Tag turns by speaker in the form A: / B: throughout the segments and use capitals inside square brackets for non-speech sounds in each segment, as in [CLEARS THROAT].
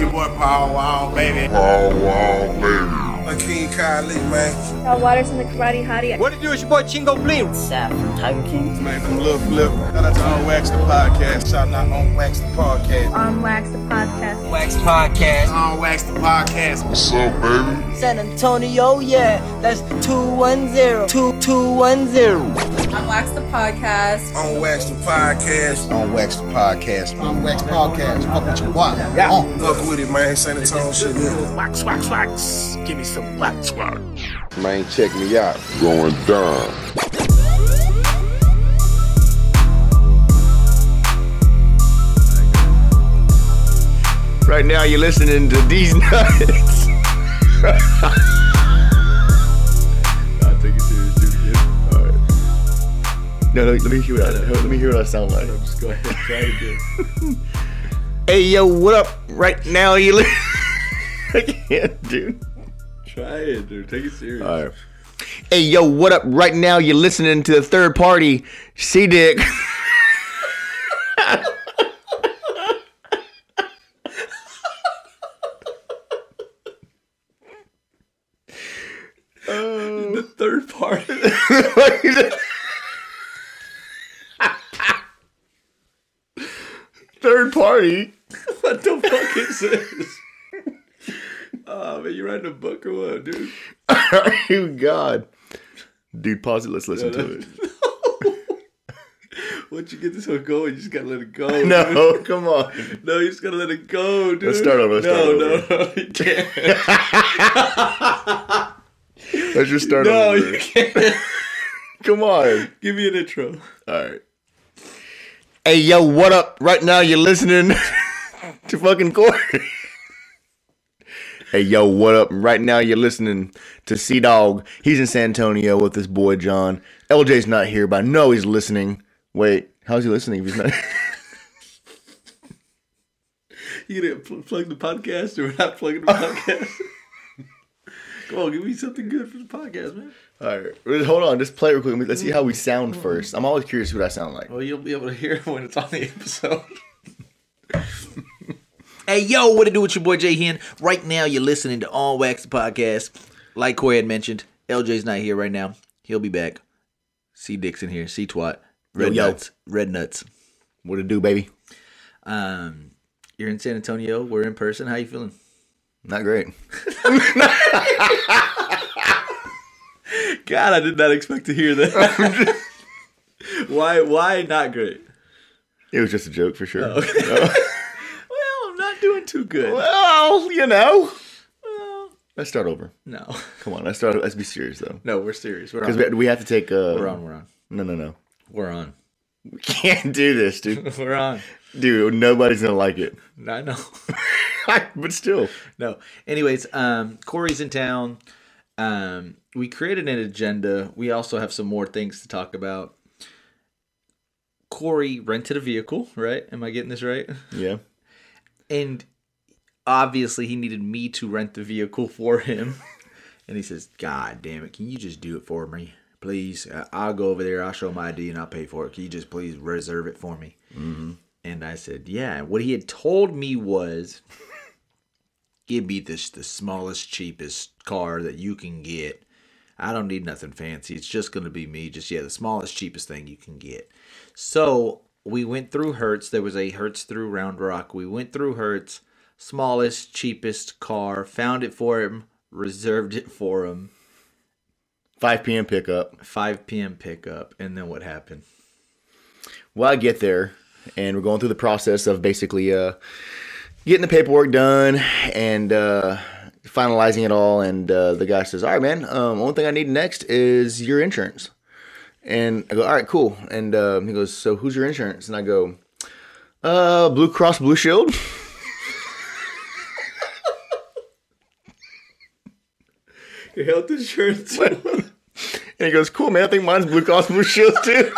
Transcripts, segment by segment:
A: your boy Power Wow, baby.
B: Power Oh, Wow, baby.
C: Like King Kylie, man.
D: Cal Waters and the Karate Hottie.
E: What it do? It's your boy Chingo Bling.
F: Seth from Tiger King.
C: Man, I'm Lil Flip. Shout out to On Wax the Podcast. Shout out On Wax the Podcast.
D: On Wax the Podcast.
E: Wax Podcast.
A: On Wax the Podcast.
B: What's up, baby?
F: San Antonio, yeah. That's 210. 2210.
G: On Wax the Podcast.
C: On Wax the Podcast.
H: On Wax the Podcast. On Wax Podcast. Fuck with your boy.
C: Yeah. Fuck with it, man. San Antonio shit. Yeah.
A: Wax, wax, wax. Give me some wax, wax.
B: Man, check me out. Going down.
I: Right now, you're listening to these nuts. Nah, take it serious. Do it again. All right. No, no, let me hear what I, let me hear what I sound like.
J: Just go ahead, try it again.
I: Hey, yo, what up? Right now, you. Li- [LAUGHS] I can't, dude.
J: [LAUGHS] Try it, dude. Take it serious.
I: All right. Hey, yo, what up? Right now, you're listening to the third party, C [LAUGHS] Dick.
J: The third part. [LAUGHS]
I: third party.
J: what the fuck is this?
I: [LAUGHS]
J: Oh man, you writing a book or what, dude?
I: oh, God. Dude, pause it. Let's listen to [LAUGHS] it.
J: Once you get this one going, you just gotta let it go. dude.
I: [LAUGHS] No, come on.
J: No, you just gotta let it go, dude.
I: Let's start over, let's
J: no,
I: start
J: no, no, [LAUGHS] you can't.
I: Let's just start
J: No,
I: over.
J: you can't.
I: Come on.
J: Give me an intro.
I: All right. Hey, yo, what up? Right now, you're listening [LAUGHS] to fucking Corey. hey, yo, what up? Right now, you're listening to Sea Dog. He's in San Antonio with his boy John. LJ's not here, but I know he's listening. Wait, how's he listening if he's [LAUGHS] not?
J: You gonna pl- plug the podcast or not plugging
I: [LAUGHS]
J: the podcast? [LAUGHS] Come on, give me something good for the podcast, man.
I: All right, wait, hold on. Just play it real quick. Let's see how we sound first. I'm always curious what I sound like.
J: Well, you'll be able to hear [LAUGHS] it when it's on the episode.
E: [LAUGHS] Hey, yo, what it do with your boy Jay Hen? Right now, you're listening to On Wax the Podcast. Like Corey had mentioned, LJ's not here right now. He'll be back. C Dixon here. C Twat. Red
I: Yo, yo.
E: Nuts. Red Nuts.
I: What it do, baby?
E: Um, you're in San Antonio. We're in person. How you feeling?
I: Not great.
J: God, I did not expect to hear that. [LAUGHS] why? Why not great?
I: It was just a joke for sure.
J: Well, I'm not doing too good.
I: [LAUGHS] Well, you know.
J: Well,
I: Let's start over.
E: [LAUGHS]
J: no,
I: Come on, let's start. Let's be serious though,
J: no, we're serious. We're
I: because
J: on.
I: we, we have to take. Uh,
J: We're on. We're on.
I: No, no, no. [LAUGHS]
J: We're on.
I: We can't do this, dude.
J: [LAUGHS] We're on.
I: dude, nobody's gonna like it. [LAUGHS]
J: I know.
I: but still,
E: [LAUGHS] No. Anyways, um, Corey's in town. Um, we created an agenda. We also have some more things to talk about. Corey rented a vehicle, right? Am I getting this right? [LAUGHS]
I: yeah.
E: And obviously, he needed me to rent the vehicle for him. And he says, God damn it. Can you just do it for me? Please. Uh, I'll go over there. I'll show my ID and I'll pay for it. Can you just please reserve it for me? And I said, Yeah. What he had told me was, [LAUGHS] Give me this, the smallest, cheapest car that you can get. I don't need nothing fancy. It's just going to be me. Just, yeah, the smallest, cheapest thing you can get. So we went through Hertz. There was a Hertz through Round Rock. We went through Hertz, smallest, cheapest car, found it for him, reserved it for him,
I: 5 p.m. pickup.
E: 5 p.m. pickup. And then what happened?
I: Well, I get there, and we're going through the process of basically uh, getting the paperwork done and uh, finalizing it all. And uh, the guy says, "All right, man. Um, only thing I need next is your insurance." And I go, "All right, cool." And uh, he goes, "So who's your insurance?" And I go, "Uh, Blue Cross Blue Shield." [LAUGHS]
J: Your health insurance.
I: And he goes, "Cool, man. I think mine's Blue Cross Blue Shield too."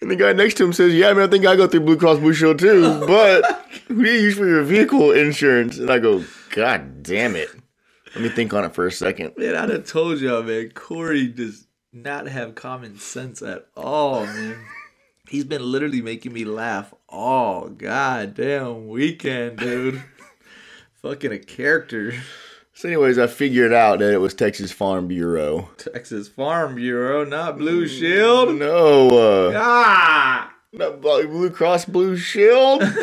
I: and the guy next to him says, "Yeah, man. I think I go through Blue Cross Blue Shield too, but who do you use for your vehicle insurance?" And I go, "God damn it! Let me think on it for a second.
J: man, I'd have told y'all, man. Corey does not have common sense at all, man.
E: He's been literally making me laugh all goddamn
J: [LAUGHS]
E: weekend, dude. Fucking a character.
I: So, anyways, I figured out that it was Texas Farm Bureau.
E: Texas Farm Bureau, not
J: Mm.
E: Blue Shield.
I: No, uh,
E: Ah!
I: not Blue Blue Cross Blue Shield. [LAUGHS]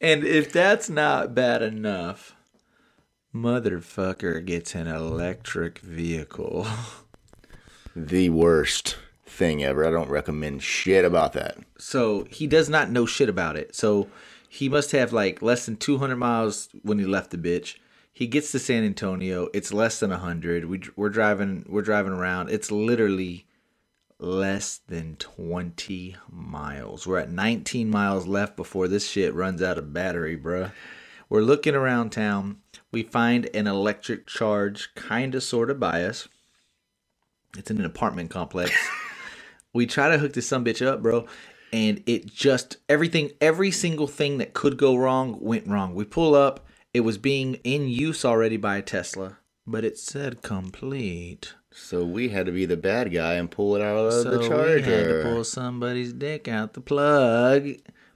E: And if that's not bad enough, motherfucker gets an electric vehicle. [LAUGHS]
I: the worst thing ever. I don't recommend shit about that.
E: So he does not know shit about it. So he must have like less than 200 miles when he left the bitch. He gets to San Antonio. It's less than 100. We, we're driving. We're driving around. It's literally less than 20 miles. We're at 19 miles left before this shit runs out of battery, bruh. We're looking around town. We find an electric charge, kinda sorta by us. It's in an apartment complex. we try to hook this some bitch up, bro, and it just everything, every single thing that could go wrong went wrong. We pull up. It was being in use already by a Tesla, but it said complete.
I: So we had to be the bad guy and pull it out of
E: So
I: the
E: we had to
I: charger.
E: pull somebody's dick out the plug,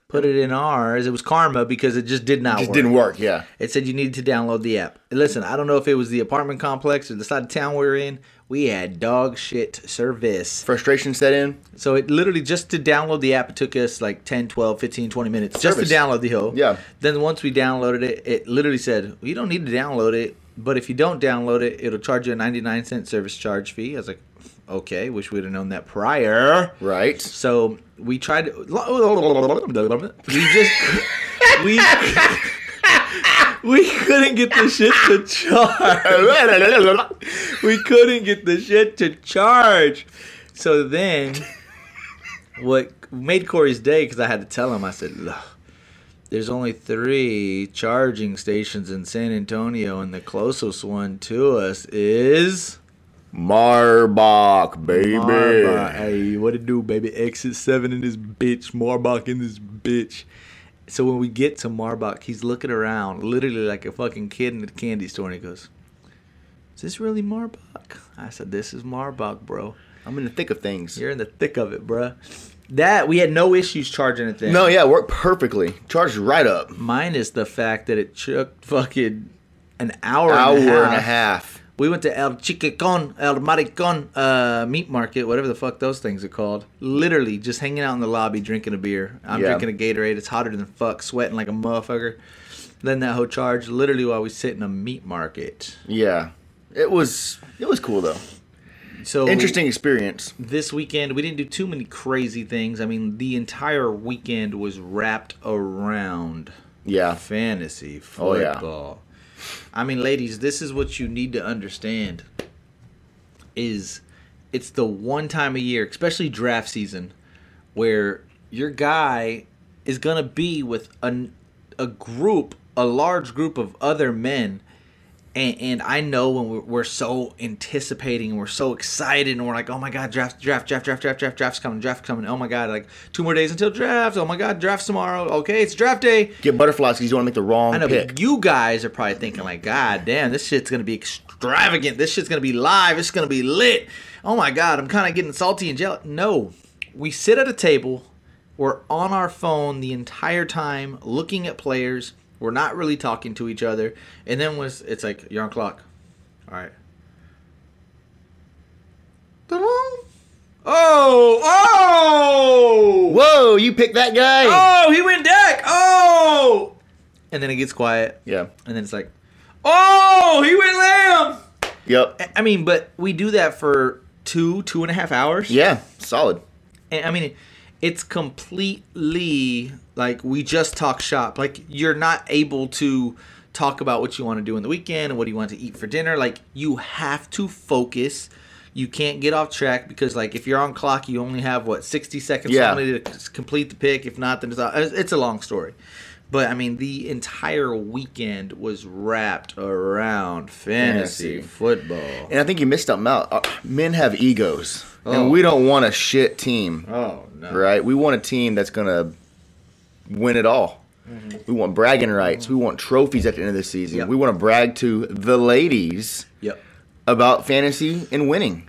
E: put it in ours. It was karma because it just did not
I: Just
E: work.
I: didn't work. Yeah.
E: It said you needed to download the app. Listen, I don't know if it was the apartment complex or the side of town we were in. We had dog shit service.
I: Frustration set in.
E: So it literally just to download the app, it took us like 10, 12, 15, 20 minutes just
I: Service.
E: to download the whole.
I: Yeah.
E: Then once we downloaded it, it literally said, well, you don't need to download it, but if you don't download it, it'll charge you a 99 cent service charge fee. I was like, okay, wish we'd have known that prior. [LAUGHS]
I: Right.
E: So we tried to. We just. we. [LAUGHS] We couldn't get the shit to
I: [LAUGHS]
E: charge. We couldn't get the shit to charge. So then, what made Corey's day, because I had to tell him, I said, look, there's only three charging stations in San Antonio, and the closest one to us is.
I: Marbach, baby.
E: Marbach. Hey, what it do, baby? Exit seven in this bitch. Marbach in this bitch. So when we get to Marbach, he's looking around, literally like a fucking kid in a candy store, and he goes, "Is this really Marbach?" I said, "This is Marbach, bro.
I: I'm in the thick of things.
E: You're in the thick of it, bruh." That we had no issues charging it then.
I: No, yeah, worked perfectly. Charged right up.
E: minus the fact that it took fucking an hour,
I: Hour
E: and a half.
I: half.
E: We went to El Chicicon, El Maricon uh, meat market, whatever the fuck those things are called. Literally just hanging out in the lobby drinking a beer. I'm
I: Yeah.
E: drinking a Gatorade. It's hotter than fuck, sweating like a motherfucker. Then that whole charge, literally while we sit in a meat market.
I: Yeah. It was it was cool though.
E: So
I: Interesting experience.
E: This weekend we didn't do too many crazy things. I mean, the entire weekend was wrapped around
I: Yeah.
E: fantasy
I: Oh, yeah.
E: football. I mean, ladies, this is what you need to understand is it's the one time a year, especially draft season, where your guy is going to be with an, a group, a large group of other men. And, and I know when we're, we're so anticipating and we're so excited and we're like, oh my God, draft, draft, draft, draft, draft, draft, draft's coming, draft coming. Oh my God, like two more days until draft. Oh my God, draft's tomorrow. Okay, it's draft day.
I: Get butterflies because you want to make the wrong
E: I know,
I: pick.
E: but you guys are probably thinking like, God damn, this shit's gonna be extravagant. This shit's gonna be live. It's gonna be lit. Oh my God, I'm kind of getting salty and jealous. No, we sit at a table. We're on our phone the entire time, looking at players. We're not really talking to each other. And then was it's like you're on clock. All right. Ta-da. Oh, oh,
I: Whoa, you picked that guy.
E: oh, he went deck. Oh, and then it gets quiet.
I: Yeah.
E: And then it's like, oh, he went lamb.
I: Yep.
E: I mean, but we do that for two, two and a half hours.
I: Yeah. Solid.
E: And, I mean, it's completely like we just talk shop. Like you're not able to talk about what you want to do in the weekend and what do you want to eat for dinner. Like you have to focus. You can't get off track because like if you're on clock, you only have what 60 seconds
I: Yeah.
E: only to c- complete the pick. If not, then it's a, it's a long story. But I mean, the entire weekend was wrapped around fantasy
I: Fantasy.
E: football.
I: And I think you missed something out. Uh, Men have egos,
E: Oh.
I: and we don't want a shit team,
E: Oh no!
I: right? We want a team that's gonna win it all.
E: Mm-hmm.
I: We want bragging rights. We want trophies at the end of the season.
E: Yep.
I: We want to brag to the ladies
E: Yep.
I: about fantasy and winning.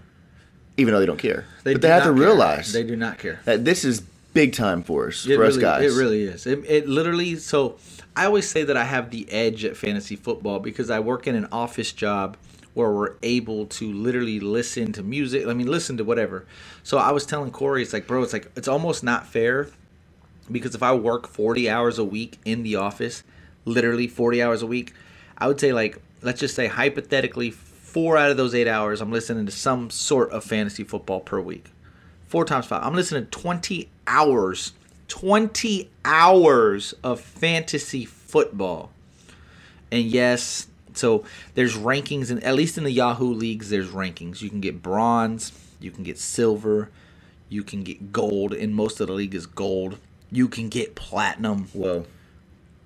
I: even though they don't care. but
E: do
I: they have to
E: not care.
I: realize
E: they do not care.
I: that this is big time for us,
E: It
I: for
E: really,
I: us guys.
E: It really is. It, it literally. So I always say that I have the edge at fantasy football because I work in an office job where we're able to literally listen to music. I mean, listen to whatever. So I was telling Corey, it's like, bro, it's like it's almost not fair because if I work 40 hours a week in the office, literally 40 hours a week, I would say like let's just say hypothetically four out of those eight hours I'm listening to some sort of fantasy football per week. Four times five. I'm listening to 20 hours, 20 hours of fantasy football. And yes, so there's rankings, and at least in the Yahoo leagues, there's rankings. You can get bronze, you can get silver, you can get gold, and most of the league is gold. You can get platinum.
I: Whoa.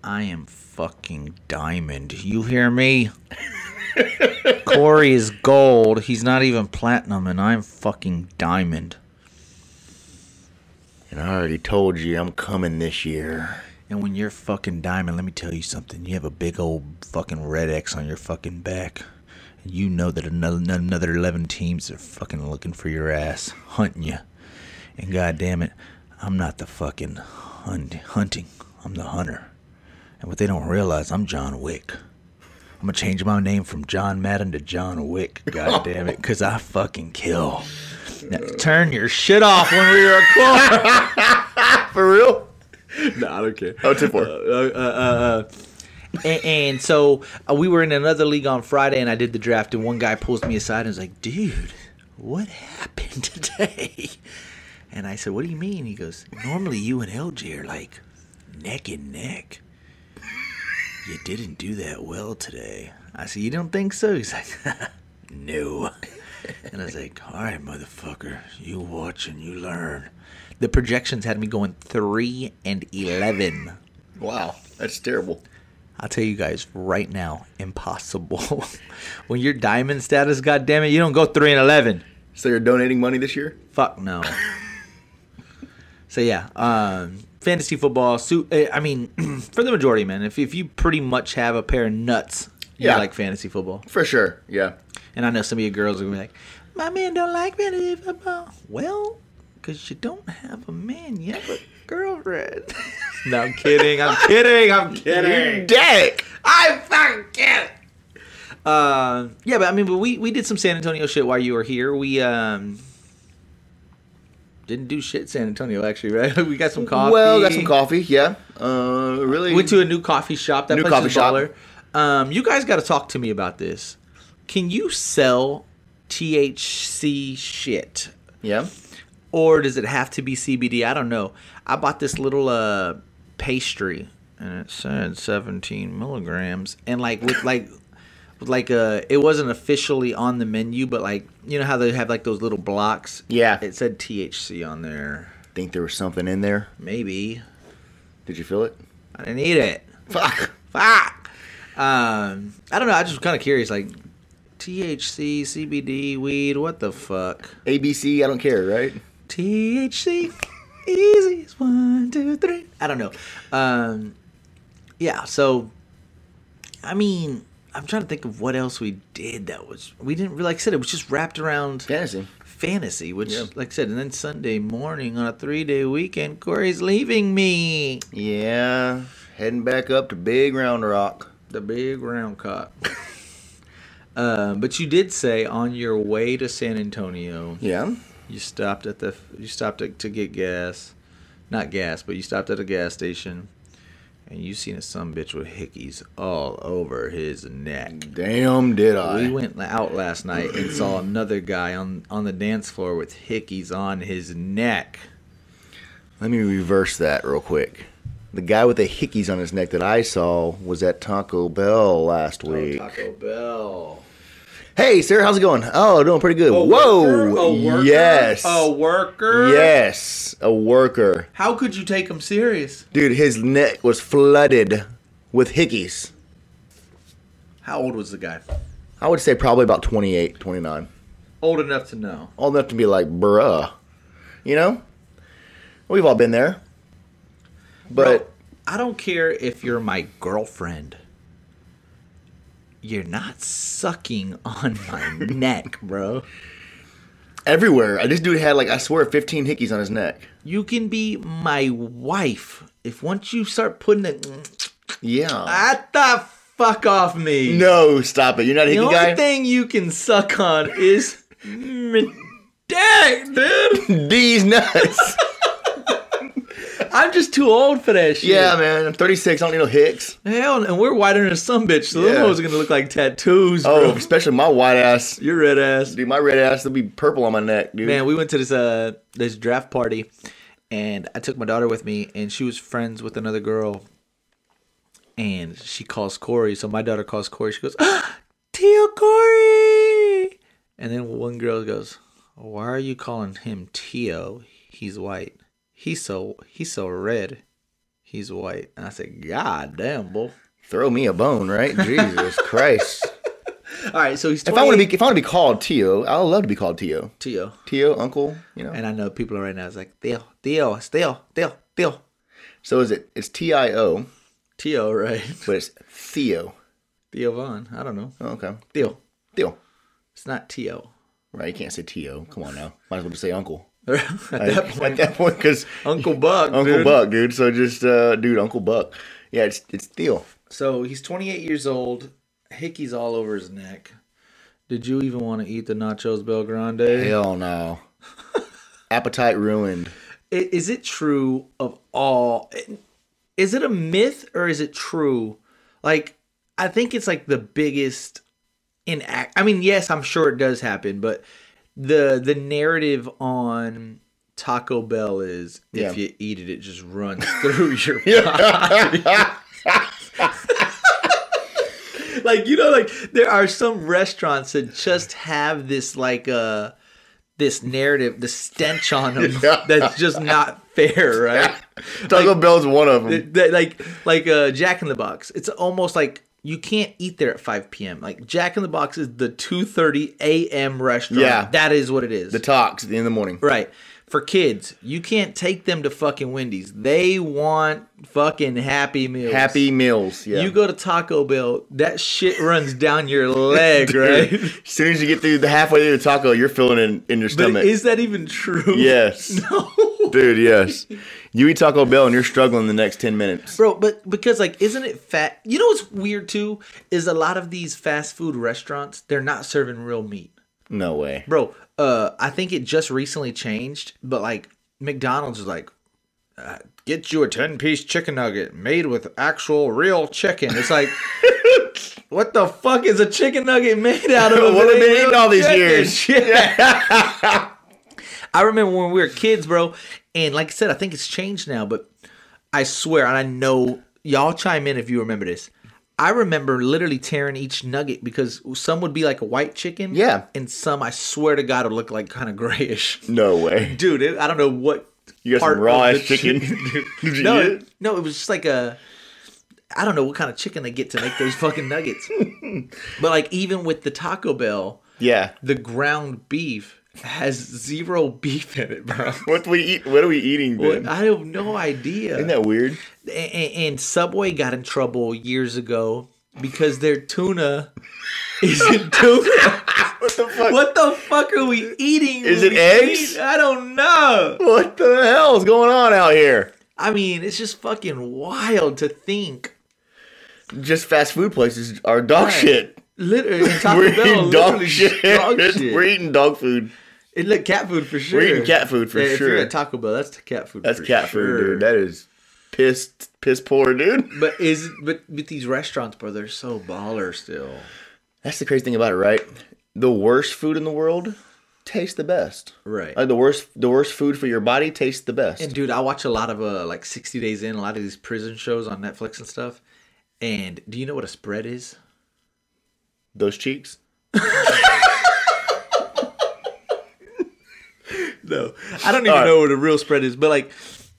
E: I am fucking diamond. You hear me? Corey is gold. He's not even platinum, and I'm fucking diamond.
I: And I already told you I'm coming this year.
E: And when you're fucking diamond, let me tell you something. You have a big old fucking red X on your fucking back. And you know that another another eleven teams are fucking looking for your ass, hunting you. And goddamn it, I'm not the fucking hunt, hunting. I'm the hunter. And what they don't realize, I'm John Wick. I'm gonna change my name from John Madden to John [LAUGHS] Wick. God damn it, cause I fucking kill. Now, turn your shit off when we record. [LAUGHS]
I: For real?
E: no, I don't care.
I: Oh, 10 4.
E: Uh, and, and so uh, we were in another league on Friday, and I did the draft, and one guy pulls me aside and is like, "Dude, what happened [LAUGHS] today?" And I said, "What do you mean?" He goes, "Normally you and LG are like neck and neck. You didn't do that well today." I said, "You don't think so?" He's like, [LAUGHS] "No." And I was like, "All right, motherfucker, you watch and you learn." The projections had me going three and eleven.
I: [LAUGHS] wow. That's terrible.
E: I'll tell you guys right now, impossible. [LAUGHS] when your diamond status, goddamn it, you don't go three and eleven.
I: So you're donating money this year?
E: Fuck no. so yeah, um, fantasy football. Su- eh, I mean, [CLEARS THROAT] for the majority, man, if if you pretty much have a pair of nuts, you
I: Yeah.
E: like fantasy football.
I: For sure. Yeah.
E: And I know some of you girls are gonna be like, "My man don't like fantasy football." Well, because you don't have a man yet, but girlfriend. [LAUGHS] no, I'm kidding. I'm kidding. I'm kidding.
I: Dick.
E: I fucking get it. Uh, yeah, but I mean, but we we did some San Antonio shit while you were here. We um didn't do shit in San Antonio actually, [LAUGHS] right? we got some coffee.
I: Well, got some coffee. Yeah. Uh, really.
E: Went to a new coffee shop. That
I: New
E: place
I: coffee
E: is
I: shop.
E: baller. Um, you guys got to talk to me about this. Can you sell THC shit,
I: yeah.
E: or does it have to be CBD? I don't know. I bought this little uh pastry, and it said 17 milligrams, and like with like with like a it wasn't officially on the menu, but like you know how they have like those little blocks.
I: Yeah.
E: it said THC on there.
I: Think there was something in there?
E: Maybe
I: Did you feel it?
E: I didn't eat it.
I: Fuck.
E: Fuck. Um, I don't know. I just kind of curious, like THC, CBD, weed. What the fuck?
I: ABC. I don't care. Right.
E: THC. Easy as one, two, three. I don't know. Um, yeah, so I mean, I'm trying to think of what else we did that was we didn't really like I said it was just wrapped around
I: Fantasy.
E: fantasy, which
I: Yeah.
E: like I said, and then Sunday morning on a three day weekend, Corey's leaving me.
I: Yeah. Heading back up to Big Round Rock.
E: The big round cock. [LAUGHS] Uh, but you did say on your way to San Antonio,
I: Yeah.
E: You stopped at the you stopped at, to get gas, not gas, but you stopped at a gas station, and you seen a some bitch with hickeys all over his neck.
I: Damn, did
E: We
I: I?
E: went out last night and saw another guy on on the dance floor with hickeys on his neck.
I: Let me reverse that real quick. The guy with the hickeys on his neck that I saw was at Taco Bell last week.
E: Oh, Taco Bell.
I: Hey, Sarah, how's it going? Oh, doing pretty good.
E: A
I: Whoa.
E: worker? A worker?
I: Yes.
E: A worker.
I: Yes, a worker.
E: How could you take him serious?
I: Dude, his neck was flooded with hickeys.
E: How old was the guy?
I: I would say probably about 28, 29.
E: Old enough to know.
I: Old enough to be like, bruh. You know? We've all been there. But
E: Bro, I don't care if you're my girlfriend. [LAUGHS] You're not sucking on my neck, bro.
I: everywhere. I- This dude had like I swear 15 hickeys on his neck.
E: You can be my wife if once you start putting it.
I: Yeah.
E: At the fuck off me.
I: No, stop it. You're not a
E: The
I: hickey
E: only
I: guy.
E: thing you can suck on is my dick,
I: [LAUGHS]
E: dude.
I: These
E: [LAUGHS]
I: nuts.
E: I'm just too old for that shit.
I: yeah, man. I'm 36. I don't need no hicks.
E: Hell, and we're whiter than some bitch, so those
I: Yeah.
E: those are gonna look like tattoos,
I: Oh,
E: [LAUGHS] [LAUGHS] bro.
I: especially my white ass.
E: Your red ass.
I: Dude, my red ass will be purple on my neck, dude.
E: Man, we went to this uh this draft party, and I took my daughter with me, and she was friends with another girl, and she calls Corey. So my daughter calls Corey. She goes, ah, "Teal Corey," and then one girl goes, "Why are you calling him Tio? He's white. He's so he's so red. He's white." And I said, "God damn, bull."
I: Throw me a
E: [LAUGHS]
I: bone, right? Jesus Christ.
E: All right, so he's.
I: If I want to
E: 28
I: be, if I want to be called Tio, I would love to be called Tio.
E: Tio,
I: Tio, uncle, you know.
E: and I know people right now is like Tio, Tio, it's Tio, Tio, Tio,
I: So is it? It's T I O,
E: Tio, right?
I: but it's Theo.
E: Theo Vaughn. I don't know.
I: Oh, okay,
E: Theo.
I: Theo.
E: It's not T.O.
I: Right? You can't say Tio. Come on now. Might as well just say uncle.
E: [LAUGHS] At that
I: [LAUGHS] At-
E: point,
I: At that point, because
E: [LAUGHS] Uncle Buck.
I: Uncle
E: dude.
I: Buck, dude. So just, uh, dude, Uncle Buck. Yeah, it's it's Theo.
E: So he's 28 years old. Hickey's all over his neck. Did you even want to eat the nachos Belgrande?
I: Hell
E: [LAUGHS]
I: no. Appetite ruined.
E: I- Is it true of all? Is it a myth or is it true? Like, I think it's like the biggest in act. I mean, yes, I'm sure it does happen, but the the narrative on Taco Bell is
I: Yeah.
E: if you eat it, it just
I: [LAUGHS]
E: runs through your body. [LAUGHS] like you know, like there are some restaurants that just have this like uh this narrative, the stench on them
I: [LAUGHS] Yeah.
E: that's just not fair, right?
I: Taco Bell's one of them.
E: Th- th- like like uh, Jack in the Box. It's almost like you can't eat there at 5 p.m. Like Jack in the Box is the 2:30 a.m. restaurant.
I: Yeah.
E: that is what it is.
I: the talks at the end of the morning.
E: right. For kids, you can't take them to fucking Wendy's. They want fucking Happy Meals.
I: Happy meals. Yeah.
E: You go to Taco Bell, that shit runs down
I: [LAUGHS]
E: your leg, right?
I: As soon as you get through the halfway through the taco, you're feeling in, in your
E: But
I: stomach.
E: is that even true?
I: yes. Dude, yes. You eat Taco Bell and you're struggling the next 10
E: [LAUGHS]
I: minutes.
E: bro but because like isn't it fat you know what's weird too is a lot of these fast food restaurants they're not serving real meat
I: No way.
E: bro uh i think it just recently changed but like mcdonald's is like uh, get you a 10 piece chicken nugget made with actual real chicken it's
I: [LAUGHS]
E: like what the fuck is a chicken nugget made out of
I: [LAUGHS]
E: if it
I: What have been
E: ain't
I: eating
E: real
I: all these
E: chicken?
I: years?
E: [LAUGHS] I remember when we were kids, bro, and like I said, I think it's changed now, but I swear, and I know y'all chime in if you remember this. I remember literally tearing each nugget because some would be like a white chicken,
I: Yeah.
E: and some I swear to God would look like kind of grayish.
I: No way.
E: Dude, it, I don't know what
I: You got
E: part
I: some raw
E: of
I: ass
E: the
I: chicken. [LAUGHS] Did
E: [LAUGHS]
I: you
E: no,
I: eat
E: it,
I: it?
E: no, it was just like a. I don't know what kind of chicken they get to make those fucking
I: [LAUGHS]
E: nuggets, but like even with the Taco Bell,
I: Yeah.
E: the ground beef has zero beef in it, bro.
I: What we eat? What are we eating? Ben?
E: I have no idea.
I: Isn't that weird?
E: A- a- and Subway got in trouble years ago because their tuna
I: [LAUGHS]
E: isn't tuna.
I: What the fuck? What,
E: what the fuck are we eating?
I: Is
E: when
I: it
E: we
I: eggs?
E: eat? I don't know.
I: the hell is going on out here?
E: I mean, it's just fucking wild to think.
I: Just fast food places are dog
E: Right.
I: shit.
E: Literally,
I: [LAUGHS]
E: and Taco
I: We're
E: Bell
I: eating dog
E: literally
I: shit. [LAUGHS]
E: dog shit.
I: We're eating dog food.
E: It look cat food for sure.
I: eating cat food for
E: Yeah, If
I: sure.
E: you're at Taco Bell, that's cat food.
I: That's
E: for
I: cat
E: sure.
I: food, dude. That is pissed, piss poor, dude.
E: but is but but these restaurants, bro, they're so baller still.
I: That's the crazy thing about it, right? The worst food in the world tastes the best.
E: Right.
I: Like the worst, the worst food for your body tastes the best.
E: And dude, I watch a lot of uh like 60 Days In, a lot of these prison shows on Netflix and stuff. And do you know what a spread is?
I: Those cheeks.
E: No. I don't even
I: All right.
E: know what a real spread is, but like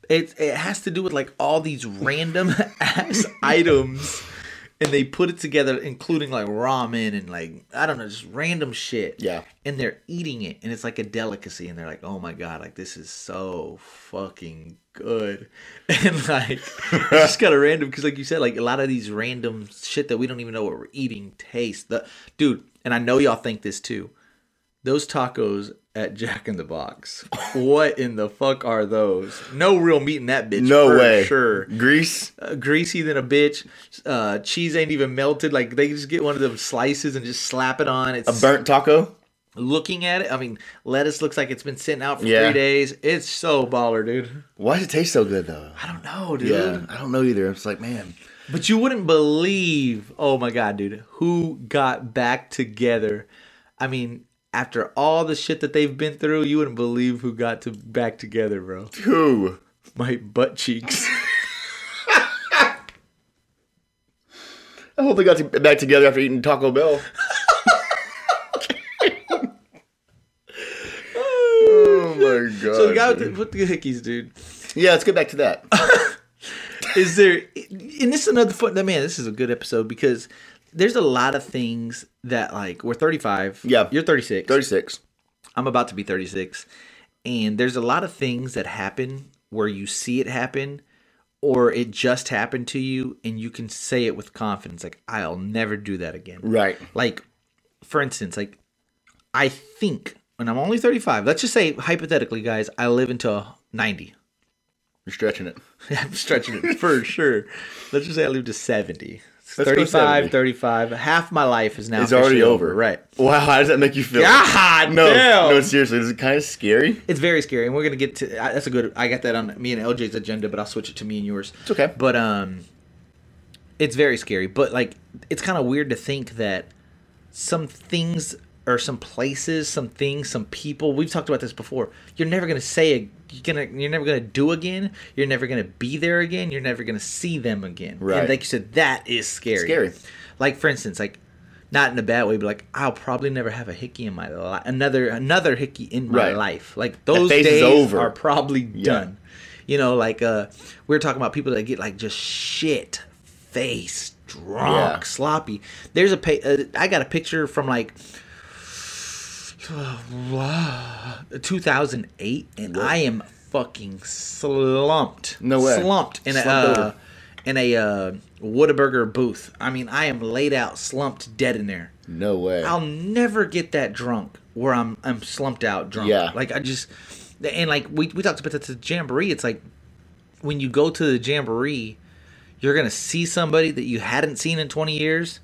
E: it it has to do with like all these random [LAUGHS] ass items and they put it together including like ramen and like I don't know, just random shit.
I: Yeah.
E: And they're eating it and it's like a delicacy and they're like, "Oh my god, like this is so fucking good." [LAUGHS] And like it's just kind of random cuz like you said like a lot of these random shit that we don't even know what we're eating taste. The dude, and I know y'all think this too those tacos at Jack in the Box. what in the fuck are those? No real meat in that bitch.
I: No
E: for
I: way.
E: Sure.
I: Grease.
E: Uh, greasy than a bitch. Uh, cheese ain't even melted. Like they just get one of them slices and just slap it on. It's
I: A burnt taco.
E: looking at it. I mean, lettuce looks like it's been sitting out for
I: Yeah.
E: three days. It's so baller, dude.
I: Why does it taste so good though?
E: I don't know, dude.
I: Yeah, I don't know either. It's like, man,
E: But you wouldn't believe, oh my god, dude, who got back together. I mean, after all the shit that they've been through, you wouldn't believe who got to back together, bro.
I: who?
E: My butt cheeks.
I: I hope they got to, back together after eating
E: [LAUGHS]
I: Taco Bell. oh my
E: [LAUGHS]
I: god.
E: so the guy with the, with the hickeys, dude.
I: yeah, let's get back to that.
E: is there and this is another fun man this is a good episode because there's a lot of things that like we're 35
I: Yeah.
E: you're 36
I: Thirty-six.
E: i'm about to be 36 and there's a lot of things that happen where you see it happen or it just happened to you and you can say it with confidence like i'll never do that again
I: Right.
E: like for instance like i think when i'm only 35 let's just say hypothetically guys i live until 90
I: You're stretching it.
E: [LAUGHS] I'm stretching it for sure. Let's just say I live to 70.
I: Let's go
E: 35,
I: 70.
E: 35. Half my life is now
I: It's already
E: officially
I: over.
E: Right.
I: Wow, how does that make you feel?
E: God
I: No,
E: damn.
I: no, seriously, this is kind of scary.
E: It's very scary, and we're gonna get to. I- That's a good. I got that on me and LJ's agenda, but I'll switch it to me and yours. It's
I: okay.
E: But um, it's very scary. But like, it's kind of weird to think that some things or some places, some things, some people. We've talked about this before. You're never gonna say. You're gonna. You're never gonna do again. You're never gonna be there again. You're never gonna see them again.
I: Right.
E: And like you said, that is scary.
I: Scary.
E: Like for instance, like. Not in a bad way, but like I'll probably never have a hickey in my life. Another another hickey in my
I: Right.
E: life. Like those
I: phase is
E: days
I: over.
E: are probably done. You know, like uh we are talking about people that get like just shit face drunk,
I: Yeah.
E: sloppy. There's a pa- uh, I got a picture from like [SIGHS] 2008 and I am fucking slumped.
I: No way.
E: Slumped in a
I: Slumped
E: uh,
I: over.
E: in a uh, Whataburger booth. I mean, I am laid out, slumped dead in there.
I: No way.
E: I'll never get that drunk where I'm I'm slumped out drunk.
I: Yeah.
E: Like I just and like we we talked about that to the jamboree. It's like when you go to the jamboree, you're gonna see somebody that you hadn't seen in 20 years,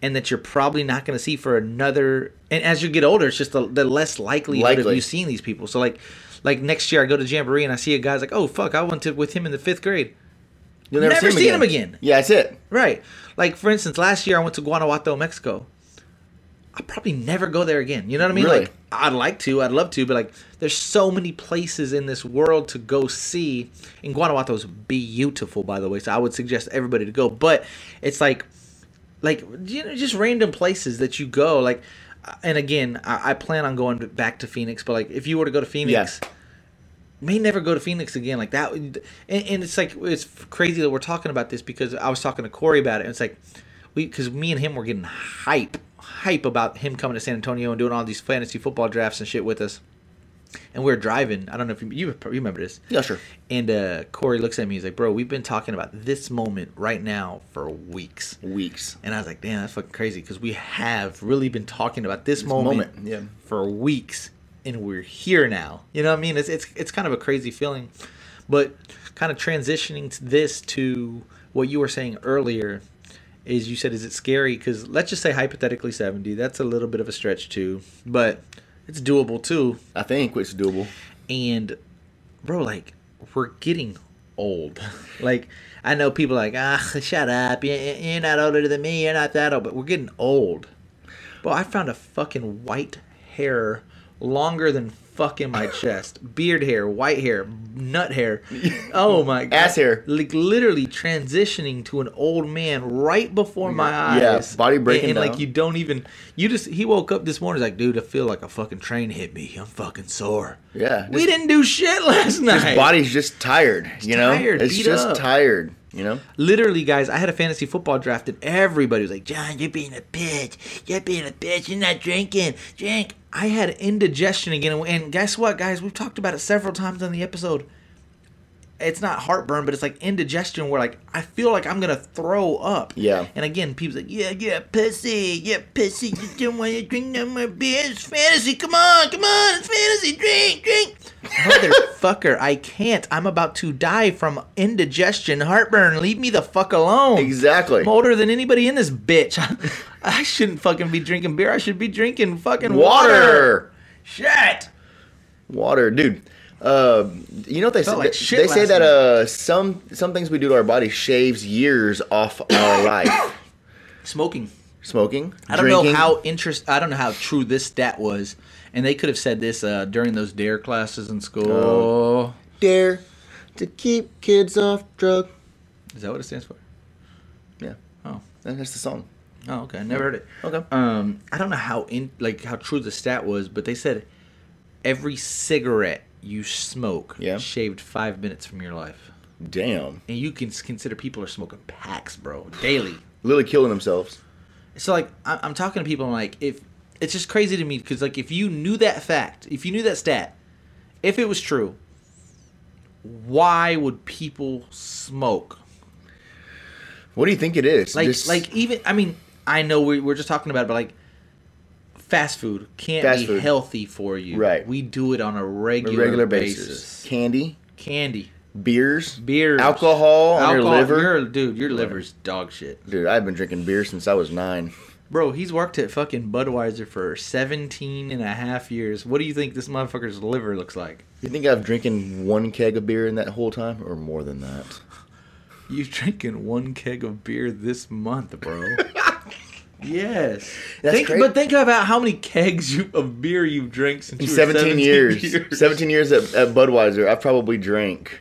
E: and that you're probably not gonna see for another. And as you get older, it's just the, the less likelihood of
I: Likely.
E: you seeing these people. So like like next year, I go to jamboree and I see a guy's like, oh fuck, I went to with him in the fifth grade.
I: You'll
E: never seen him again.
I: Yeah, that's it.
E: Right. Like for instance, last year I went to Guanajuato, Mexico. I probably never go there again. You know what I mean?
I: Really?
E: Like I'd like to, I'd love to, but like there's so many places in this world to go see. And Guanajuato's beautiful, by the way. So I would suggest everybody to go. But it's like like you know, just random places that you go. Like uh, and again, I, I plan on going back to Phoenix, but like if you were to go to Phoenix, may never go to Phoenix again. Like that, would- and, and it's like it's crazy that we're talking about this because I was talking to Corey about it. And it's like we because me and him were getting hype, hype about him coming to San Antonio and doing all these fantasy football drafts and shit with us. And we were driving. I don't know if you, you probably remember this.
I: Yeah, sure.
E: And uh, Corey looks at me. He's like, "Bro, we've been talking about this moment right now for weeks."
I: Weeks.
E: And I was like, damn, that's fucking crazy because we have really been talking about this, moment,
I: moment, yeah.
E: for weeks, and we're here now. You know what I mean? It's it's it's kind of a crazy feeling, but kind of transitioning to this to what you were saying earlier is you said, is it scary? Because let's just say hypothetically seventy. That's a little bit of a stretch too, but it's doable too.
I: I think it's doable.
E: And bro, like we're getting old. [LAUGHS] like I know people are like ah, shut up. You- you- You're not older than me. You're not that old. But we're getting old. Bro, I found a fucking white hair longer than fucking
I: [LAUGHS]
E: my chest. Beard hair, white hair, nut hair. Oh my god.
I: Ass hair.
E: Like literally transitioning to an old man right before my eyes.
I: Mm-hmm. Yeah, body breaking
E: And, and like
I: down.
E: you don't even you just he woke up this morning he's like, dude, I feel like a fucking train hit me. I'm fucking sore.
I: Yeah,
E: We didn't do shit last night.
I: His body's just tired, you know.
E: tired,
I: it's
E: beat
I: just
E: up.
I: tired, you know.
E: Literally, guys, I had a fantasy football draft and everybody was like, John, you're being a bitch. You're being a bitch. You're not drinking. Drink. I had indigestion again. And guess what, guys? We've talked about it several times on the episode. it's not heartburn, but it's like indigestion where like I feel like I'm gonna throw up.
I: Yeah.
E: And again, people's like, yeah, yeah, pussy, yeah, pussy, you don't want to drink no more beer. It's fantasy. Come on, come on, it's fantasy. Drink, drink. Motherfucker, I can't. I'm about to die from indigestion, heartburn. Leave me the fuck alone.
I: Exactly.
E: I'm older than anybody in this bitch. [LAUGHS] I shouldn't fucking be drinking beer. I should be drinking fucking water.
I: Water.
E: Shit.
I: Water, dude. Uh, you know what they say?
E: Felt like shit
I: they say
E: last
I: that
E: night.
I: uh, some some things we do to our body shaves years off
E: [COUGHS]
I: our life.
E: Smoking.
I: Smoking,
E: I don't
I: drinking,
E: know how interest. I don't know how true this stat was, and they could have said this uh, during those dare classes in school.
I: Oh. dare to keep kids off drug.
E: Is that what it stands for?
I: Yeah,
E: Oh,
I: and that's the song.
E: oh, okay. I never heard it.
I: Okay.
E: Um, I don't know how in like how true the stat was, but they said every cigarette you smoke
I: Yeah.
E: shaved five minutes from your life,
I: Damn,
E: and you can s- consider people are smoking packs, bro, daily.
I: literally killing themselves.
E: So like I- I'm talking to people, I'm like if it's just crazy to me because like if you knew that fact, if you knew that stat, if it was true, why would people smoke?
I: What do you think it is?
E: Like
I: Just-
E: like even I mean I know we we're just talking about it, but like fast food can't
I: Fast
E: be
I: food.
E: healthy for you.
I: Right.
E: We do it on a
I: a
E: regular,
I: regular
E: basis.
I: basis. Candy,
E: Candy,
I: beers,
E: beers,
I: alcohol, on your
E: alcohol,
I: liver.
E: your- dude, your liver's dog shit.
I: Dude, I've been drinking beer since I was nine.
E: Bro, he's worked at fucking Budweiser for 17 and a half years. What do you think this motherfucker's liver looks like?
I: You think I've drinking one keg of beer in that whole time, or more than that?
E: You drinking one keg of beer this month, bro. yes.
I: That's
E: think,
I: great.
E: But think about how many kegs you, of beer you've drank since you were
I: 17,
E: 17
I: years. [LAUGHS] 17 years at, at Budweiser. I probably drank.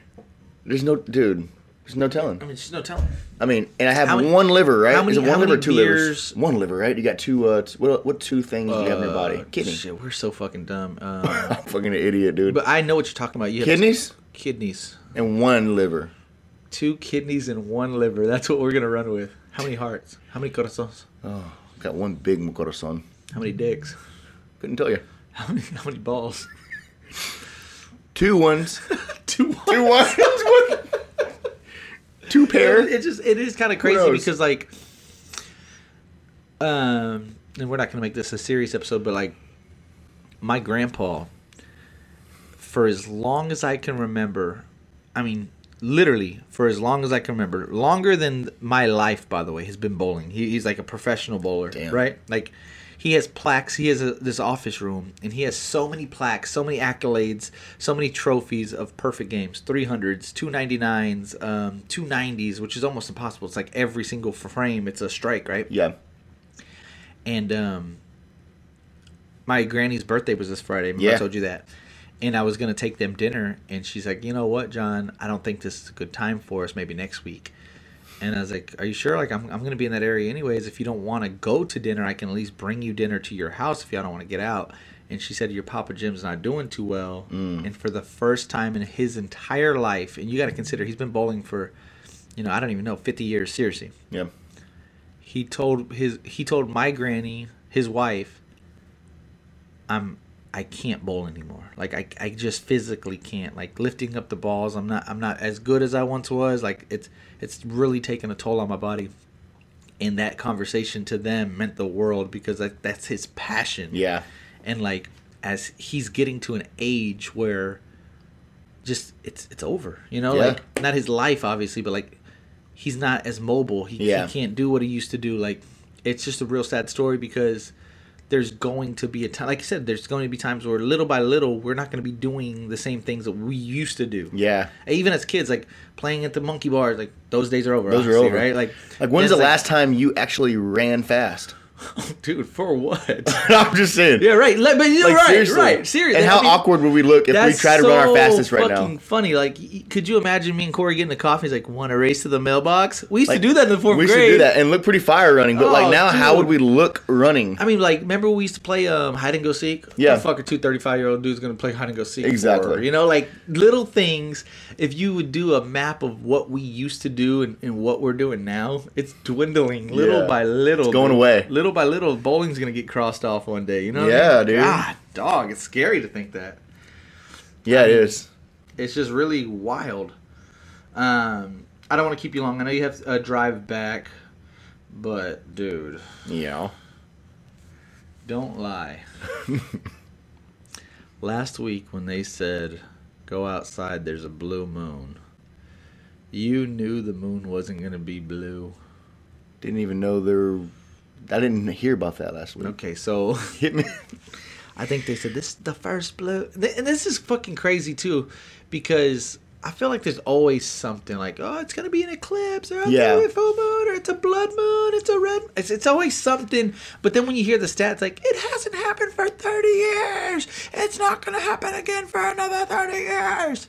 I: There's no, dude. There's no telling.
E: I mean, just no telling.
I: I mean, and I have
E: How many-
I: one liver, right?
E: how many-
I: Is it one
E: how
I: liver, or
E: many
I: two
E: beers-
I: livers? One liver, right? You got two. Uh, t- what what two things do you have in your body? Kidney.
E: Uh, Shit, we're so fucking dumb. Um, [LAUGHS]
I: [LAUGHS] I'm fucking an idiot, dude.
E: but I know what you're talking about. You have
I: Kidneys
E: Kidneys.
I: and one liver.
E: Two kidneys and one liver. That's what we're going to run with. How many hearts? How many corazones?
I: Got one big corazón.
E: How many dicks? [LAUGHS]
I: Couldn't tell you.
E: How many, how many balls?
I: Two ones.
E: [LAUGHS] Two.
I: two ones.
E: [LAUGHS]
I: two pair.
E: It just it is kind of crazy
I: knows?
E: because like, um, and we're not gonna make this a serious episode, but like, my grandpa, for as long as I can remember, I mean, literally for as long as I can remember, longer than my life, by the way, has been bowling. He, he's like a professional bowler,
I: Damn.
E: right? Like. He has plaques. He has a, this office room, and he has so many plaques, so many accolades, so many trophies of perfect games: three hundreds, two ninety nines, um, two nineties, which is almost impossible. It's like every single frame, it's a strike, right?
I: Yeah.
E: and um my granny's birthday was this Friday. Remember I
I: Yeah.
E: told you that. And I was gonna take them dinner and she's like, You know what, John, I don't think this is a good time for us, maybe next week. And I was like, Are you sure? Like I'm I'm gonna be in that area anyways. If you don't wanna go to dinner, I can at least bring you dinner to your house if y'all don't wanna get out. And she said, Your Papa Jim's not doing too well. And for the first time in his entire life, and you gotta consider he's been bowling for, you know, I don't even know, fifty years, seriously
I: Yeah.
E: he told his he told my granny his wife i'm i can't bowl anymore like i, I just physically can't like lifting up the balls i'm not i'm not as good as i once was like it's it's really taking a toll on my body and that conversation to them meant the world because like that's his passion
I: Yeah.
E: and like as he's getting to an age where just it's it's over you know
I: Yeah.
E: like not his life obviously but like he's not as mobile he,
I: Yeah.
E: he can't do what he used to do like it's just a real sad story because there's going to be a time like i said there's going to be times where little by little we're not going to be doing the same things that we used to do
I: Yeah.
E: even as kids like playing at the monkey bars like those days are over
I: Those are
E: obviously,
I: over.
E: right like
I: Like when's
E: it's
I: the last time you actually ran fast? [LAUGHS]
E: dude for what
I: I'm just saying.
E: yeah right like, but you're
I: Like
E: right
I: seriously.
E: right seriously
I: And how awkward would we look if we tried to run our fastest right
E: fucking
I: now?
E: Funny, like, y- could you imagine me and Corey getting the coffee? He's like, "Want a race to the mailbox?" We used
I: Like,
E: to do that in the fourth
I: we
E: grade.
I: should do that and look pretty fire running, but
E: Oh,
I: like now, how would
E: dude.
I: we look running?
E: I mean, like, remember we used to play um, hide and go seek?
I: Yeah.
E: What the fucker, two year old dude's gonna play hide and go seek.
I: Exactly.
E: for? you know, like little things. If you would do a map of what we used to do and, and what we're doing now, it's dwindling little
I: Yeah.
E: by little.
I: It's going
E: dude.
I: away.
E: Little by little, bowling's gonna get crossed off one day. You know? what I
I: Yeah,
E: mean? Ah,
I: dude.
E: God, dog, it's scary to think that.
I: yeah, it is.
E: It's just really wild. Um, I don't want to keep you long. I know you have a drive back, but dude,
I: Yeah.
E: don't lie. [LAUGHS] Last week when they said go outside, there's a blue moon. You knew the moon wasn't gonna be blue.
I: Didn't even know there. I didn't hear about that last week.
E: Okay, so
I: Hit me. [LAUGHS]
E: I think they said this is the first blue, Th- and this is fucking crazy too, because I feel like there's always something like, oh, it's gonna be an eclipse, or yeah.
I: Yeah.
E: a full moon, or it's a blood moon, it's a red. It's, it's always something, but then when you hear the stats, like it hasn't happened for 30 years, it's not gonna happen again for another 30 years.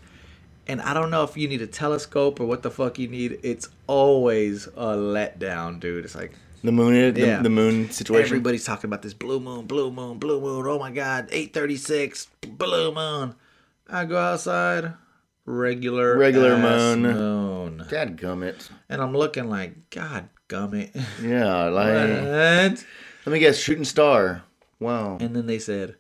E: And I don't know if you need a telescope or what the fuck you need. It's always a letdown, dude. It's like,
I: The moon. The,
E: Yeah.
I: the moon situation.
E: Everybody's talking about this blue moon, blue moon, blue moon. Oh my God, 836, blue moon. I go outside, regular,
I: Regular
E: ass
I: moon.
E: moon.
I: Dad gummit.
E: And I'm looking like, God gummit.
I: Yeah. Like.
E: What?
I: Let me guess. Shooting star. Wow.
E: And then they said,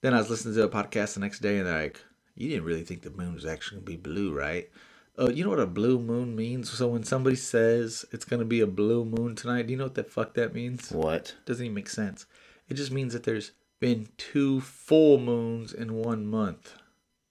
E: then I was listening to a podcast the next day and they're like, you didn't really think the moon was actually going to be blue, right? Oh, you know what a blue moon means? So when somebody says it's going to be a blue moon tonight, do you know what the fuck that means?
I: What?
E: doesn't even make sense. It just means that there's been two full moons in one month.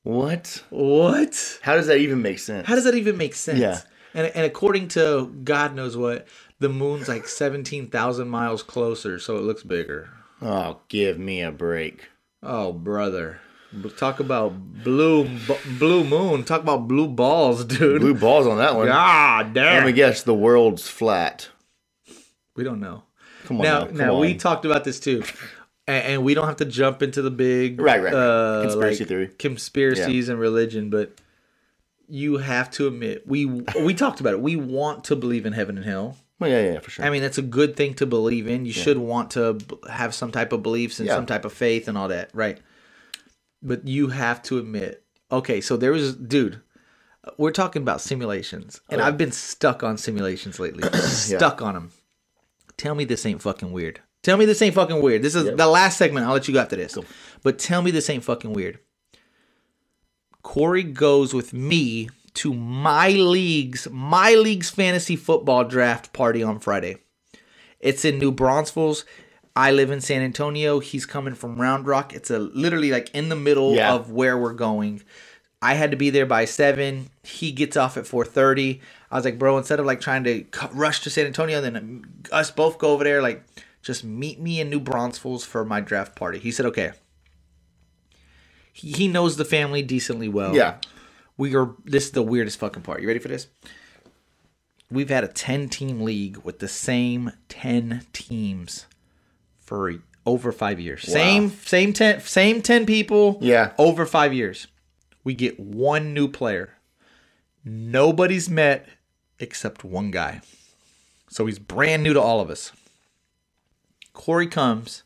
I: What?
E: What?
I: How does that even make sense?
E: How does that even make sense?
I: Yeah.
E: And, and according to God knows what, the moon's like 17,000 miles closer, so it looks bigger.
I: Oh, give me a break.
E: Oh, brother. B- Talk about blue b- blue moon. Talk about blue balls, dude.
I: Blue Oh balls on that one.
E: God
I: Let
E: damn.
I: me guess. The world's flat.
E: we don't know.
I: Come on.
E: now,
I: now, come
E: now we
I: on.
E: talked about this too, and, and we don't have to jump into the big
I: Right, right, right.
E: uh,
I: Conspiracy
E: like,
I: theory.
E: conspiracies and religion, but you have to admit we we talked about it. We want to believe in heaven and hell.
I: Well, yeah, yeah, for sure.
E: I mean, that's a good thing to believe in. You should want to b- have some type of beliefs and
I: Yeah.
E: some type of faith and all that, right? But you have to admit, okay, so there was, dude, we're talking about simulations,
I: Oh,
E: and I've been stuck on simulations
I: [COUGHS]
E: lately, stuck on 'em. on them. Tell me this ain't fucking weird. Tell me this ain't fucking weird. This is the last segment. I'll let you go after this. But tell me this ain't fucking weird. Corey goes with me to my league's my league's fantasy football draft party on Friday. It's in New Braunfels. I live in San Antonio. He's coming from Round Rock. It's a literally like in the middle
I: Yeah.
E: of where we're going. I had to be there by seven. He gets off at four thirty. I was like, bro, instead of like trying to cu- rush to San Antonio, then um, us both go over there. Like, just meet me in New Braunfels for my draft party. He said, okay. He, he knows the family decently well
I: yeah.
E: we are this is the weirdest fucking part. You ready for this? We've had a 10 team league with the same 10 teams for e, over 5 years. Same same 10 same 10 people
I: Yeah.
E: over 5 years. We get one new player. Nobody's met except one guy. So he's brand new to all of us. Corey comes,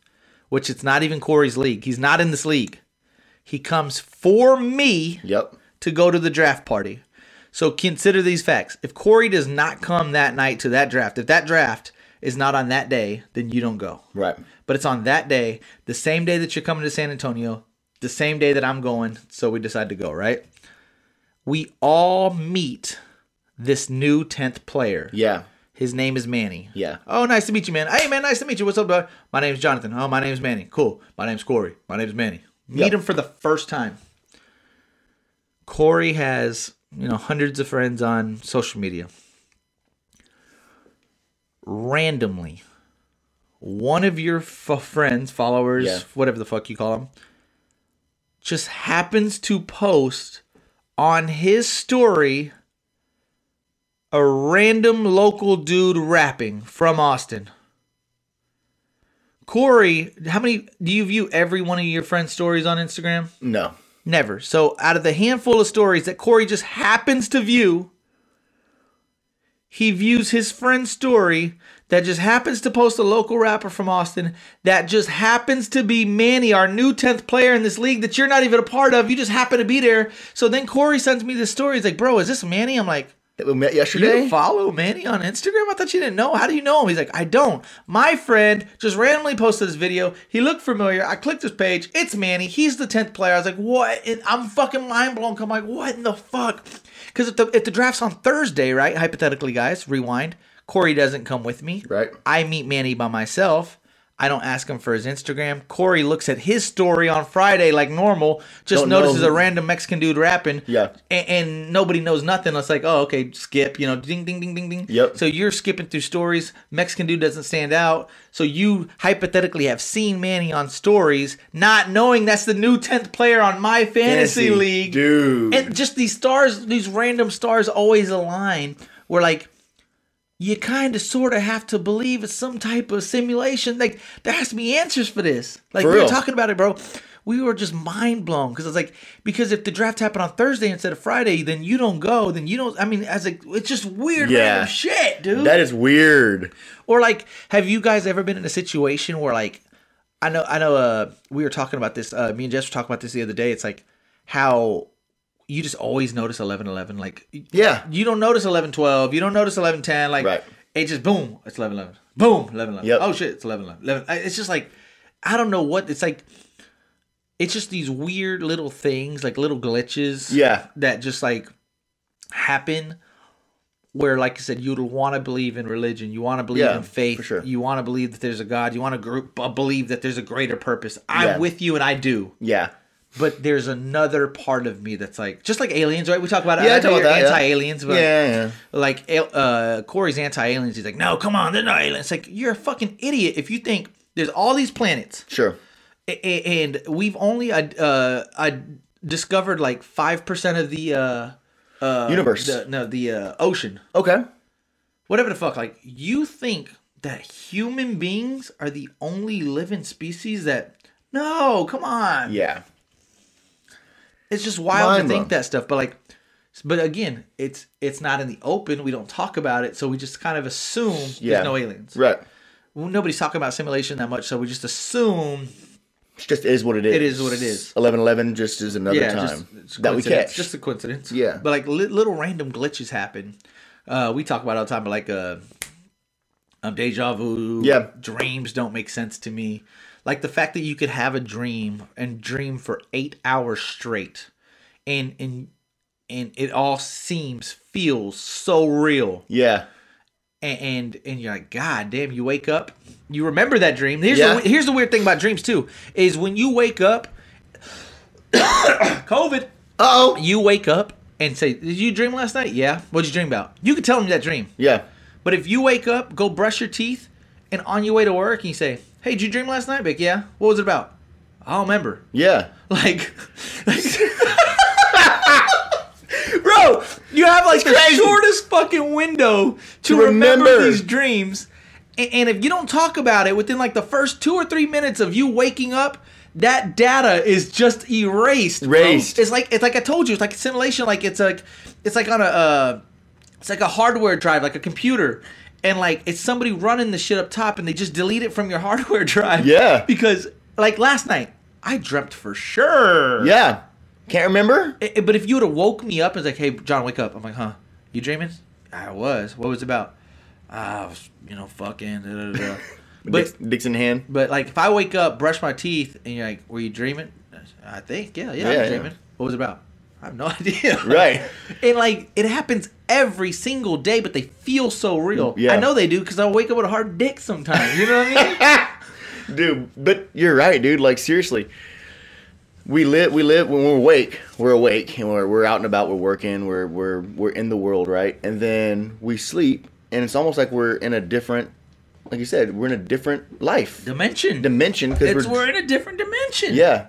E: which it's not even Corey's league. He's not in this league. He comes for me
I: Yep.
E: to go to the draft party. So consider these facts. If Corey does not come that night to that draft, if that draft is not on that day, then you don't go.
I: Right.
E: But it's on that day, the same day that you're coming to San Antonio, the same day that I'm going, so we decide to go, right? We all meet this new 10th player.
I: Yeah.
E: His name is Manny.
I: Yeah.
E: Oh, nice to meet you, man. Hey, man, nice to meet you. What's up, bro? My name's Jonathan. Oh, my name's Manny. Cool. My name's Corey. My name's Manny. Meet
I: Yep.
E: him for the first time. Corey has, you know, hundreds of friends on social media. Randomly, one of your f- friends, followers,
I: Yeah.
E: whatever the fuck you call them, just happens to post on his story a random local dude rapping from Austin. Corey, how many do you view every one of your friends' stories on Instagram?
I: No.
E: Never. So, out of the handful of stories that Corey just happens to view, he views his friend's story that just happens to post a local rapper from Austin that just happens to be Manny, our new 10th player in this league that you're not even a part of. You just happen to be there. So then Corey sends me this story. He's like, Bro, is this Manny? I'm like,
I: that we met
E: You
I: yesterday.
E: follow Manny on Instagram? I thought you didn't know. How do you know him? He's like, I don't. My friend just randomly posted this video. He looked familiar. I clicked his page. It's Manny. He's the tenth player. I was like, what? And I'm fucking mind blown. I'm like, what in the fuck? Because if the if the draft's on Thursday, right? Hypothetically, guys, rewind. Corey doesn't come with me.
I: Right.
E: I meet Manny by myself. I don't ask him for his Instagram. Corey looks at his story on Friday like normal. Just
I: Don't know
E: notices
I: who-
E: a random Mexican dude rapping.
I: Yeah.
E: And, and nobody knows nothing. It's like, oh, okay, skip, you know, ding, ding, ding, ding, ding.
I: Yep.
E: So you're skipping through stories. Mexican dude doesn't stand out. So you hypothetically have seen Manny on stories, not knowing that's the new 10th player on my fantasy,
I: Fantasy,
E: league.
I: dude.
E: And just these stars, these random stars always align where, like, you kind of sort of have to believe it's some type of simulation. Like, there has to be answers for this. Like,
I: For
E: we were
I: real.
E: talking about it, bro. We were just mind blown because it's like, because if the draft happened on Thursday instead of Friday, then you don't go. Then you don't. I mean, as like, it's just weird
I: Yeah.
E: random shit, dude.
I: that is weird.
E: Or like, have you guys ever been in a situation where like, I know, I know, uh, we were talking about this. Uh, me and Jess were talking about this the other day. It's like how you just always notice eleven eleven. Like,
I: Yeah.
E: you don't notice eleven twelve. You don't notice eleven ten. Like,
I: Right.
E: it just boom, it's eleven eleven. Boom, eleven eleven.
I: Yep.
E: Oh shit, it's eleven eleven. 11 I- It's just like, I don't know what. It's like, it's just these weird little things, like little glitches.
I: Yeah.
E: That just like happen where like i said you'd want to believe in religion you want to believe
I: Yeah,
E: in faith
I: for sure.
E: you want to believe that there's a god you want to group, uh, believe that there's a greater purpose i'm
I: Yeah.
E: with you and i do
I: Yeah.
E: but there's another part of me that's like just like aliens right we talk about
I: Yeah, I
E: I know
I: talk
E: you're
I: about that, yeah.
E: anti-aliens but
I: Yeah, yeah.
E: like al- uh corey's anti-aliens he's like no come on they're not aliens it's like you're a fucking idiot if you think there's all these planets
I: Sure.
E: a- a- and we've only uh, uh I discovered like 5% of the uh
I: Universe.
E: the, no the uh, ocean
I: okay.
E: whatever the fuck like you think that human beings are the only living species that no come on
I: Yeah.
E: it's just wild to
I: Mind
E: think
I: blown.
E: that stuff but like but again it's it's not in the open we don't talk about it so we just kind of assume
I: Yeah.
E: there's no aliens
I: Right.
E: Well, nobody's talking about simulation that much so we just assume
I: It just is what it is.
E: It is what it is.
I: Eleven eleven just is another time
E: it's
I: that we
E: coincidence,
I: catch.
E: just a coincidence
I: Yeah.
E: but like li- little random glitches happen uh we talk about it all the time but like uh um, deja vu
I: Yeah.
E: dreams don't make sense to me like the fact that you could have a dream and dream for eight hours straight and and and it all seems feels so real
I: yeah.
E: and and, and you're like, God damn, you wake up, you remember that dream. Here's
I: Yeah.
E: the here's the weird thing about dreams too is when you wake up, [COUGHS] COVID.
I: Oh.
E: You wake up and say, Did you dream last night? Yeah. What'd you dream about? You could tell them that dream.
I: Yeah.
E: But if you wake up, go brush your teeth, and on your way to work, you say, Hey, did you dream last night? Like, yeah. What was it about? I don't remember. [LAUGHS]
I: Yeah.
E: Like, [LAUGHS] bro, you have like the
I: crazy.
E: shortest fucking window to, remember.
I: remember.
E: these dreams, and, and if you don't talk about it within like the first two or three minutes of you waking up. That data is just erased. bro.
I: Erased.
E: It's like it's like I told you. It's like a simulation. Like it's like it's like on a uh, it's like a hardware drive, like a computer, and like it's somebody running the shit up top, and they just delete it from your [LAUGHS] hardware drive.
I: Yeah.
E: Because like last night, I dreamt for sure.
I: Yeah. Can't remember?
E: I- I- Eh, but if you would have woke me up and was like, "Hey, John, wake up," I'm like, "Huh? You dreaming?" I was. What was it about? Ah, I was, you know, fucking. Da, da,
I: [LAUGHS]
E: da, da." but
I: Dix- Dixon hand.
E: but like if I wake up, brush my teeth, and you're like, "Were you dreaming?" I think, yeah, yeah, I
I: Yeah,
E: was
I: yeah.
E: dreaming. What was it about? I have no [LAUGHS] idea.
I: Right. [LAUGHS]
E: And like it happens every single day, but they feel so real.
I: Yeah.
E: I know they do because I wake up with a hard dick sometimes. You know what I
I: [LAUGHS]
E: mean?
I: dude. But you're right, dude. Like seriously, we live. We live when we're awake. We're awake, and we're, we're out and about. We're working. We're we're we're in the world, right? And then we sleep, and it's almost like we're in a different, like you said, we're in a different life
E: dimension.
I: dimension
E: It's
I: because
E: we're in a different dimension.
I: yeah.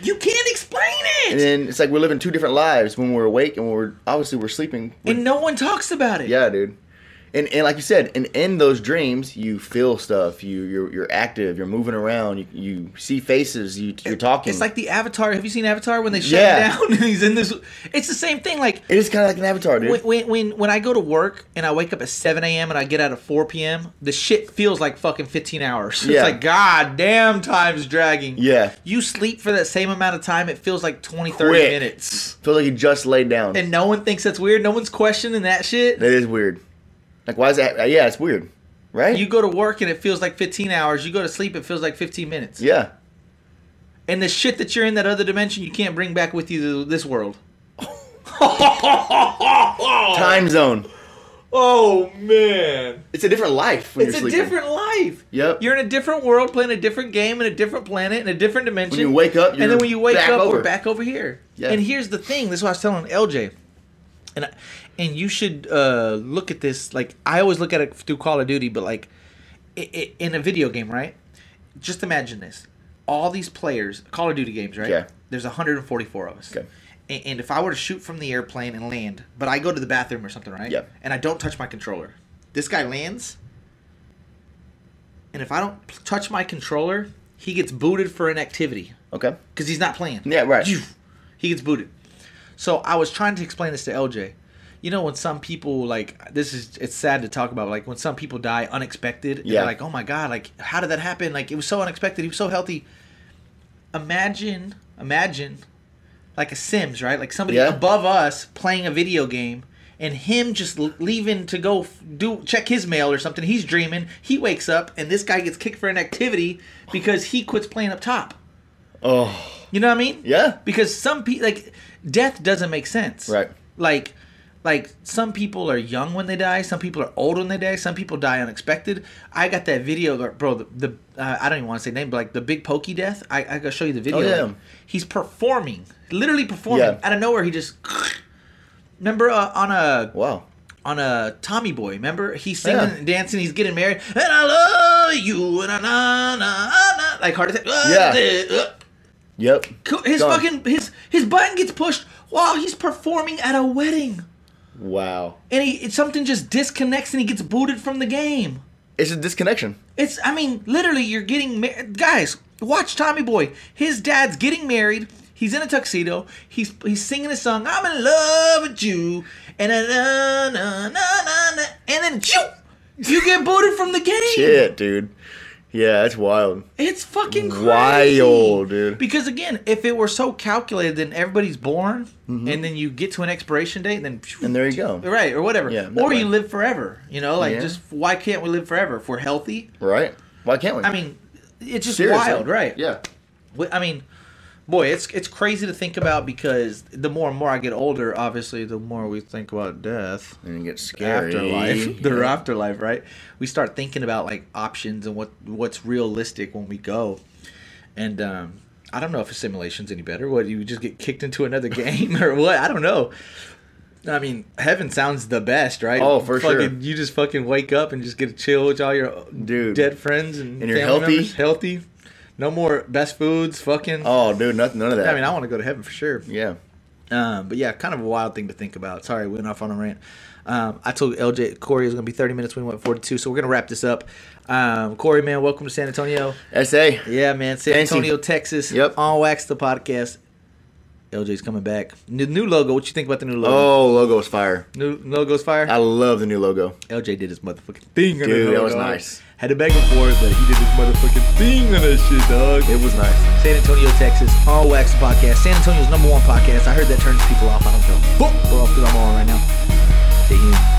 E: You can't explain it.
I: And then it's like we're living two different lives when we're awake and when we're obviously we're sleeping.
E: and no one talks about it.
I: [LAUGHS] yeah, dude. and and like you said, and in those dreams, you feel stuff. You you're, you're active. You're moving around. You, you see faces. You you're talking.
E: It's like the Avatar. Have you seen Avatar when they shut
I: Yeah.
E: him down [LAUGHS] and he's in this? It's the same thing. Like
I: it is kind of like an avatar, dude.
E: when, when when when I go to work and I wake up at 7 a.m. and I get out at 4 p.m. The shit feels like fucking 15 hours. [LAUGHS]
I: Yeah.
E: It's like god damn, time's dragging.
I: Yeah.
E: You sleep for that same amount of time. It feels like 20, 30
I: Quick.
E: minutes.
I: Feels like you just laid down.
E: And no one thinks that's weird. No one's questioning that shit.
I: that is weird. Like why is that? Uh, Yeah, it's weird, right?
E: You go to work and it feels like 15 hours. You go to sleep, it feels like 15 minutes.
I: yeah.
E: And the shit that you're in that other dimension, you can't bring back with you to this world.
I: Time zone.
E: Oh man,
I: It's a different life when
E: it's a
I: you're sleeping.
E: different life.
I: Yep.
E: You're in a different world, playing a different game, in a different planet, in a different dimension.
I: When you wake up,
E: and then when you wake
I: back
E: up,
I: over.
E: we're back over here.
I: Yeah.
E: And here's the thing. This is what I was telling LJ, and I, and you should uh, look at this. Like I always look at it through Call of Duty, but like i i in a video game, right? Just imagine this: all these players, Call of Duty games, right?
I: Yeah.
E: There's 144 of us.
I: Okay.
E: And, and if I were to shoot from the airplane and land, but I go to the bathroom or something, right?
I: Yeah.
E: And I don't touch my controller. This guy lands, and if I don't touch my controller, he gets booted for inactivity
I: Okay.
E: because he's not playing.
I: Yeah, right.
E: He gets booted. So I was trying to explain this to LJ. You know when some people like this is it's sad to talk about like when some people die unexpected. Yeah.
I: Yeah.
E: They're like oh my god like how did that happen like it was so unexpected he was so healthy. Imagine imagine like a Sims right like somebody
I: Yeah.
E: above us playing a video game. And him just l- leaving to go f- do check his mail or something. He's dreaming. He wakes up and this guy gets kicked for inactivity because he quits playing up top.
I: Oh.
E: You know what I mean?
I: Yeah.
E: Because some people like death doesn't make sense.
I: Right.
E: Like like some people are young when they die, some people are old when they die, some people die unexpected. I got that video, bro. The, the uh, I don't even want to say name, but like the big pokey death. I I gotta show you the video.
I: Oh, yeah.
E: Like, he's performing, literally performing
I: Yeah.
E: out of nowhere. He just remember uh, on a
I: Wow.
E: on a Tommy Boy. Remember, he's singing
I: Yeah.
E: and dancing. He's getting married, and I love you, and I na na na like heart attack. Uh,
I: Yeah. Yep.
E: Co- His
I: Gone.
E: fucking his his button gets pushed while he's performing at a wedding,
I: Wow.
E: and he it, something just disconnects and he gets booted from the game.
I: It's a disconnection.
E: It's I mean literally you're getting mar- guys watch Tommy Boy. His dad's getting married. He's in a tuxedo. He's he's singing a song. I'm in love with you, and na na na na na, and then choo, you get booted from the game.
I: Shit, dude. Yeah, that's wild.
E: It's fucking crazy.
I: Wild, dude.
E: Because again, if it were so calculated, then everybody's born, and then you get to an expiration date, then
I: Mm-hmm. And there you go.
E: right or whatever,
I: Yeah, that
E: or
I: way.
E: you live forever. You know, like
I: Yeah.
E: just why can't we live forever if we're healthy?
I: Right? Why can't we?
E: I mean, it's just
I: Seriously.
E: wild, right?
I: Yeah.
E: Wh- I mean, boy, it's it's crazy to think about because the more and more I get older, obviously, the more we think about death
I: And it gets scary. [LAUGHS]
E: afterlife [LAUGHS] their afterlife right we start thinking about like options and what what's realistic when we go and um i don't know if a simulation's any better what you just get kicked into another [LAUGHS] game or what i don't know i mean heaven sounds the best right
I: Oh, for sure.
E: Fucking- you just fucking wake up and just get to chill with all your uh,
I: Dude.
E: dead friends and,
I: And you're
E: family
I: healthy?
E: members, healthy no more best foods fucking
I: Oh, dude, nothing, none of that.
E: i mean i want to go to heaven for sure
I: yeah.
E: um, but yeah, kind of a wild thing to think about. Sorry, we went off on a rant. Um, I told LJ Corey it was gonna be 30 minutes. We went 42, so we're gonna wrap this up. Um, Corey, man, welcome to San Antonio.
I: SA.
E: Yeah, man, San
I: Thanks,
E: Antonio,
I: you-
E: Texas.
I: Yep.
E: On Wax the podcast. LJ's coming back. New, new logo. What you think about the new logo?
I: Oh, logo is fire.
E: New logo's fire.
I: I love the new logo.
E: LJ did his motherfucking thing. on
I: Dude,
E: the
I: that was
E: logo.
I: nice.
E: Had to beg him for it, but he did his motherfucking thing on that shit, dog.
I: It was nice.
E: San Antonio, Texas, All Wax Podcast. San Antonio's number one podcast. I heard that turns people off. I don't care. Boom. We're off to the mall right now. Stay tuned.